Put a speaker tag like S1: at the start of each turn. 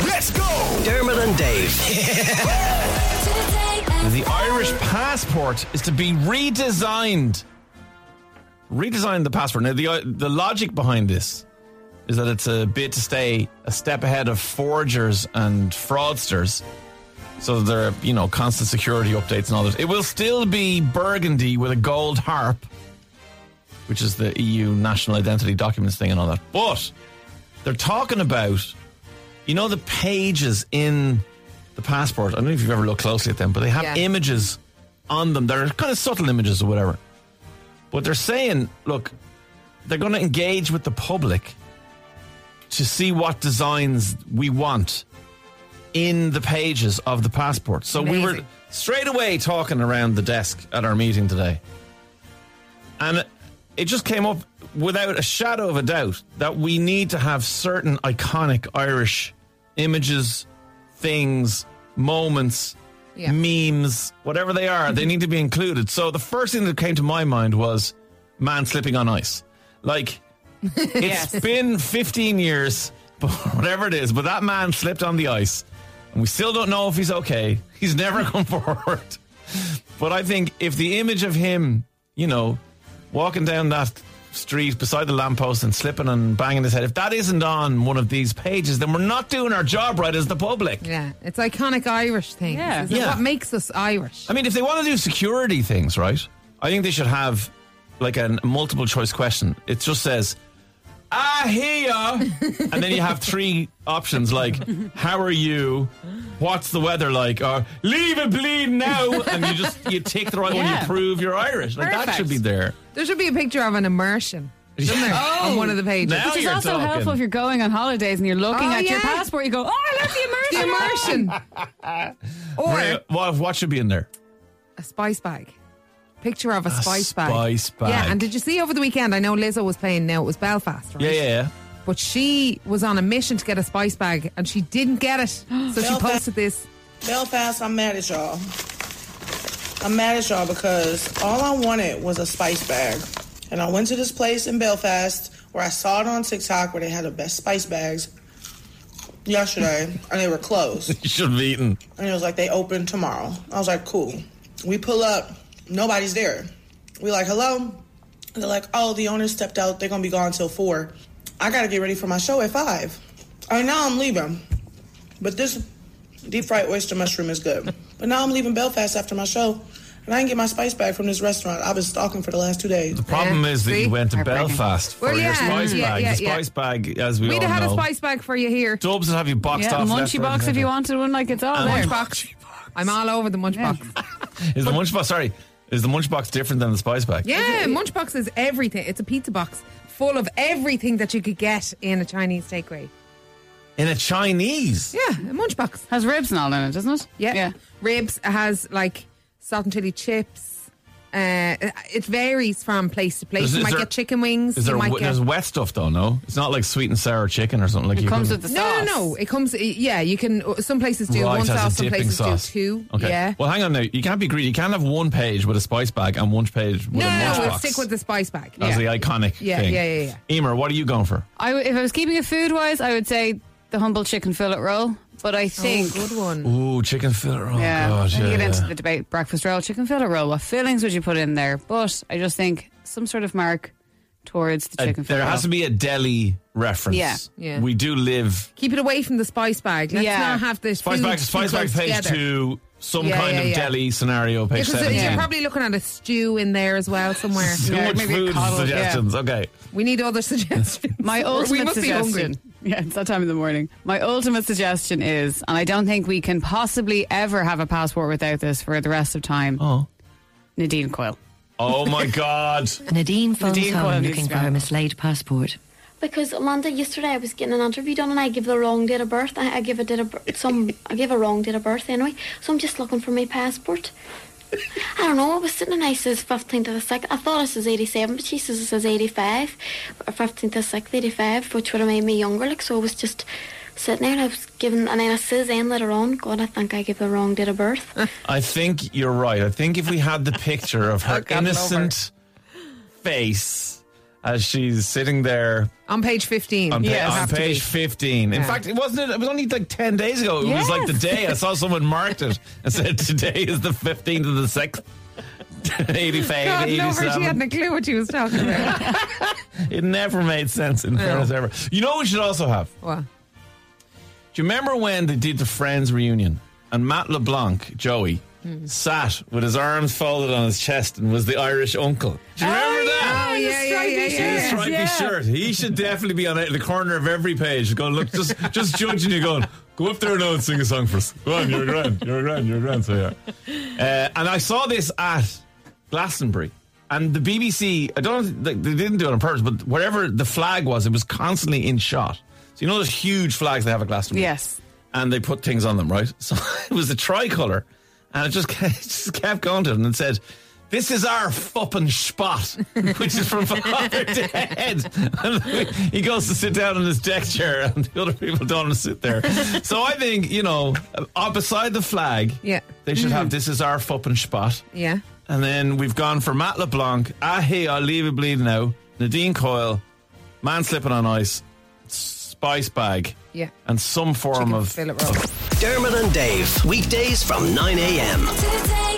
S1: Let's go!
S2: Dermot and Dave.
S3: The
S4: The Irish passport is to be redesigned. Redesign the passport. Now, the, uh, the logic behind this is that it's a bit to stay a step ahead of forgers and fraudsters. So there are, you know, constant security updates and all that. It will still be burgundy with a gold harp, which is the EU national identity documents thing and all that. But they're talking about, you know, the pages in the passport. I don't know if you've ever looked closely at them, but they have
S5: Yeah.
S4: images on them. They're kind of subtle images or whatever. But they're saying, look, they're going to engage with the public to see what designs we want in the pages of the passport. So we were
S5: Amazing.
S4: straight away talking around the desk at our meeting today. And it just came up without a shadow of a doubt that we need to have certain iconic Irish images, things, moments,
S5: Yeah.
S4: memes, whatever they are, they need to be included. So the first thing that came to my mind was man slipping on ice. Like, it's
S5: Yes.
S4: been 15 years, but whatever it is, but that man slipped on the ice. And we still don't know if he's okay. He's never come forward. But I think if the image of him, you know, walking down that street beside the lamppost and slipping and banging his head, if that isn't on one of these pages, then we're not doing our job right as the public.
S5: Yeah, it's iconic Irish things.
S6: Yeah.
S5: Is it
S4: Yeah.
S5: What makes us Irish?
S4: I mean, if they want to do security things, right? I think they should have like a multiple choice question. It just says, "I hear," ya," and then you have three options like, "How are you?" "What's the weather like?" or "Leave it bleed now," and you just you take the right one.
S6: Yeah.
S4: You prove you're Irish. Like that
S6: Perfect.
S4: should be there.
S5: There should be a picture of an immersion isn't there, on one of the pages.
S4: Now
S6: Which is
S4: you're
S6: also
S4: talking.
S6: helpful if you're going on holidays and you're looking
S5: Oh,
S6: at your
S5: yeah.
S6: passport. You go, oh, I love the
S5: The
S6: immersion.
S5: immersion.
S4: Yeah,
S5: or
S4: What, what should be in there?
S5: a spice bag. Picture of a, spice bag.
S4: spice bag.
S5: Yeah, and did you see over the weekend? I know Lizzo was playing now, it was Belfast, right?
S4: Yeah, yeah, yeah.
S5: But she was on a mission to get a spice bag and she didn't get it. So she
S7: Belfast.
S5: posted this.
S7: Belfast, I'm mad at y'all. I'm mad at y'all because all I wanted was a spice bag. And I went to this place in Belfast where I saw it on TikTok where they had the best spice bags yesterday and they were closed.
S4: You should have eaten.
S7: And it was like, they open tomorrow. I was like, cool. We pull up, nobody's there. We like, hello? And they're like, oh, the owner stepped out. They're gonna be gone till four. I gotta get ready for my show at five. All right, now I'm leaving. But this deep fried oyster mushroom is good. But now I'm leaving Belfast after my show. And I didn't get my spice bag from this restaurant. I've been stalking for the last two days.
S4: Problem
S5: Yeah,
S4: is that
S5: see?
S4: you went to
S6: Heartbreaking.
S4: Belfast for
S5: Well,
S4: your
S5: yeah,
S4: spice
S5: yeah,
S4: bag.
S5: yeah,
S4: the
S5: yeah.
S4: spice bag, as we
S5: We'd
S4: all
S5: have had
S4: know,
S5: a spice bag for you here.
S4: Dubs will have you boxed
S6: Yeah,
S4: off. left,
S6: munchie
S4: right,
S6: box
S4: and
S6: if you
S4: centre.
S6: wanted one, like it's all
S4: And
S6: there.
S5: Lunchbox. I'm all over the Munchbox.
S4: Is the Munchbox sorry? Is the Munchbox different than the Spice Bag?
S5: Yeah, Munchbox is everything. It's a pizza box full of everything that you could get in a Chinese takeaway.
S4: In a Chinese.
S5: Yeah, a Munchbox.
S6: Has ribs and all in it, doesn't it?
S5: Yeah. Ribs has like salt and chili chips. Uh, it varies from place to place.
S4: Is-
S5: you
S4: is
S5: might
S4: there-
S5: get chicken wings.
S4: Is there
S5: you might
S4: wet- there's wet stuff though? No, it's not like sweet and sour chicken or something like.
S6: It
S4: you
S6: comes with
S4: couldn't-
S6: the
S5: no, no,
S6: sauce.
S5: no. It comes. Yeah, you can. uh, Some places do
S4: Right,
S5: one
S4: has a
S5: sauce. Some
S4: dipping
S5: places
S4: sauce.
S5: do two.
S4: Okay.
S5: Yeah.
S4: Well, hang on now. You can't be greedy. You can't have one page with a spice bag and one page with
S5: no,
S4: a
S5: no,
S4: Munchbox.
S5: no. We'll stick with the spice bag.
S4: That's
S5: Yeah.
S4: the iconic
S5: Yeah,
S4: thing.
S5: yeah, yeah,
S4: Emer, what are you going for?
S6: I w if I was keeping it food wise, I would say the humble chicken fillet roll. But I
S5: Oh,
S6: think.
S5: good one.
S4: Ooh, chicken fillet. Oh
S6: yeah,
S4: god,
S6: when you
S4: yeah.
S6: get into the debate, breakfast roll, chicken fillet roll. What fillings would you put in there? But I just think some sort of mark towards the
S4: Uh,
S6: chicken fillet.
S4: there has to
S6: roll.
S4: be a deli reference.
S6: Yeah.
S5: Yeah.
S4: We do live
S5: Keep it away from the spice bag. Let's
S6: Yeah.
S5: not have this.
S4: spice bag. Spice bag page two. Some
S5: Yeah,
S4: kind
S5: yeah,
S4: of
S5: yeah.
S4: deli scenario page
S5: Because
S4: seventeen.
S5: you're probably looking at a stew in there as well somewhere.
S4: Too
S6: Yeah,
S4: much
S6: maybe a
S4: food
S6: coddle, yeah.
S4: suggestions. Okay.
S5: We need other suggestions.
S6: My
S5: we
S6: ultimate
S5: must be
S6: suggestion.
S5: hungry.
S6: Yeah, it's that time in the morning. My ultimate suggestion is, and I don't think we can possibly ever have a passport without this for the rest of time.
S4: Oh.
S6: Nadine Coyle.
S4: Oh my God.
S8: Nadine phones
S6: Nadine
S8: home
S6: Coyle
S8: looking
S6: needs
S8: for
S6: to
S8: her
S6: go.
S8: mislaid passport.
S9: Because Amanda, yesterday I was getting an interview done and I gave the wrong date of birth. I, I gave a date of birth, some I gave a wrong date of birth anyway. So I'm just looking for my passport. I don't know. I was sitting and I says 15th to the 6th. I thought it says 87, but she says it says 85 or 15th to the 6th, 85, which would have made me younger. Like so, I was just sitting there and I was given and then it says then later on. God, I think I gave the wrong date of birth.
S4: I think you're right. I think if we had the picture of her
S5: I've gotten
S4: innocent face as she's sitting there
S5: On page 15.
S4: on, pa-
S6: Yes.
S4: on
S6: Have to
S4: page 15. In
S5: Yeah.
S4: fact, it wasn't, it was only like 10 days ago. It was like the
S6: Yes.
S4: day I saw someone marked it and said, today is the 15th of the 6th. 85,
S5: God, Lover, she
S4: 87.
S5: hadn't a clue what she was talking about.
S4: It never made sense in fairness ever. You know what we should also have?
S5: What?
S4: Do you remember when they did the Friends reunion and Matt LeBlanc, Joey,
S5: Hmm.
S4: sat with his arms folded on his chest and was the Irish uncle? Do you remember that?
S5: Oh, yeah, yeah, yeah,
S6: stripy
S5: yeah.
S4: The
S6: shirt.
S4: stripy
S6: Yeah.
S4: shirt. He should definitely be on it- the corner of every page, going look, just just judging you, going, go up there now and sing a song for us. Go on, you're a grand, you're a grand, you're a grand. So yeah. Uh, and I saw this at Glastonbury. And the BBC, I don't know, if they they didn't do it on purpose, but wherever the flag was, it was constantly in shot. So you know those huge flags they have at Glastonbury?
S6: Yes.
S4: and they put things on them, right? So it was a tricolour, and it just kept, it just kept going to them and said, "This is our fucking spot," which is from father to head. And he goes to sit down in his deck chair, and the other people don't want to sit there. So I think you know, uh, beside the flag,
S5: Yeah.
S4: they should have "This is our fucking spot."
S5: Yeah.
S4: And then we've gone for Matt LeBlanc, Ahi, I'll leave it bleeding now, Nadine Coyle, Man Slipping on Ice, Spice Bag,
S5: Yeah.
S4: and some form
S5: Chicken
S4: of
S5: fillet roll.
S1: Dermot and Dave. Weekdays from 9 a.m.
S2: Today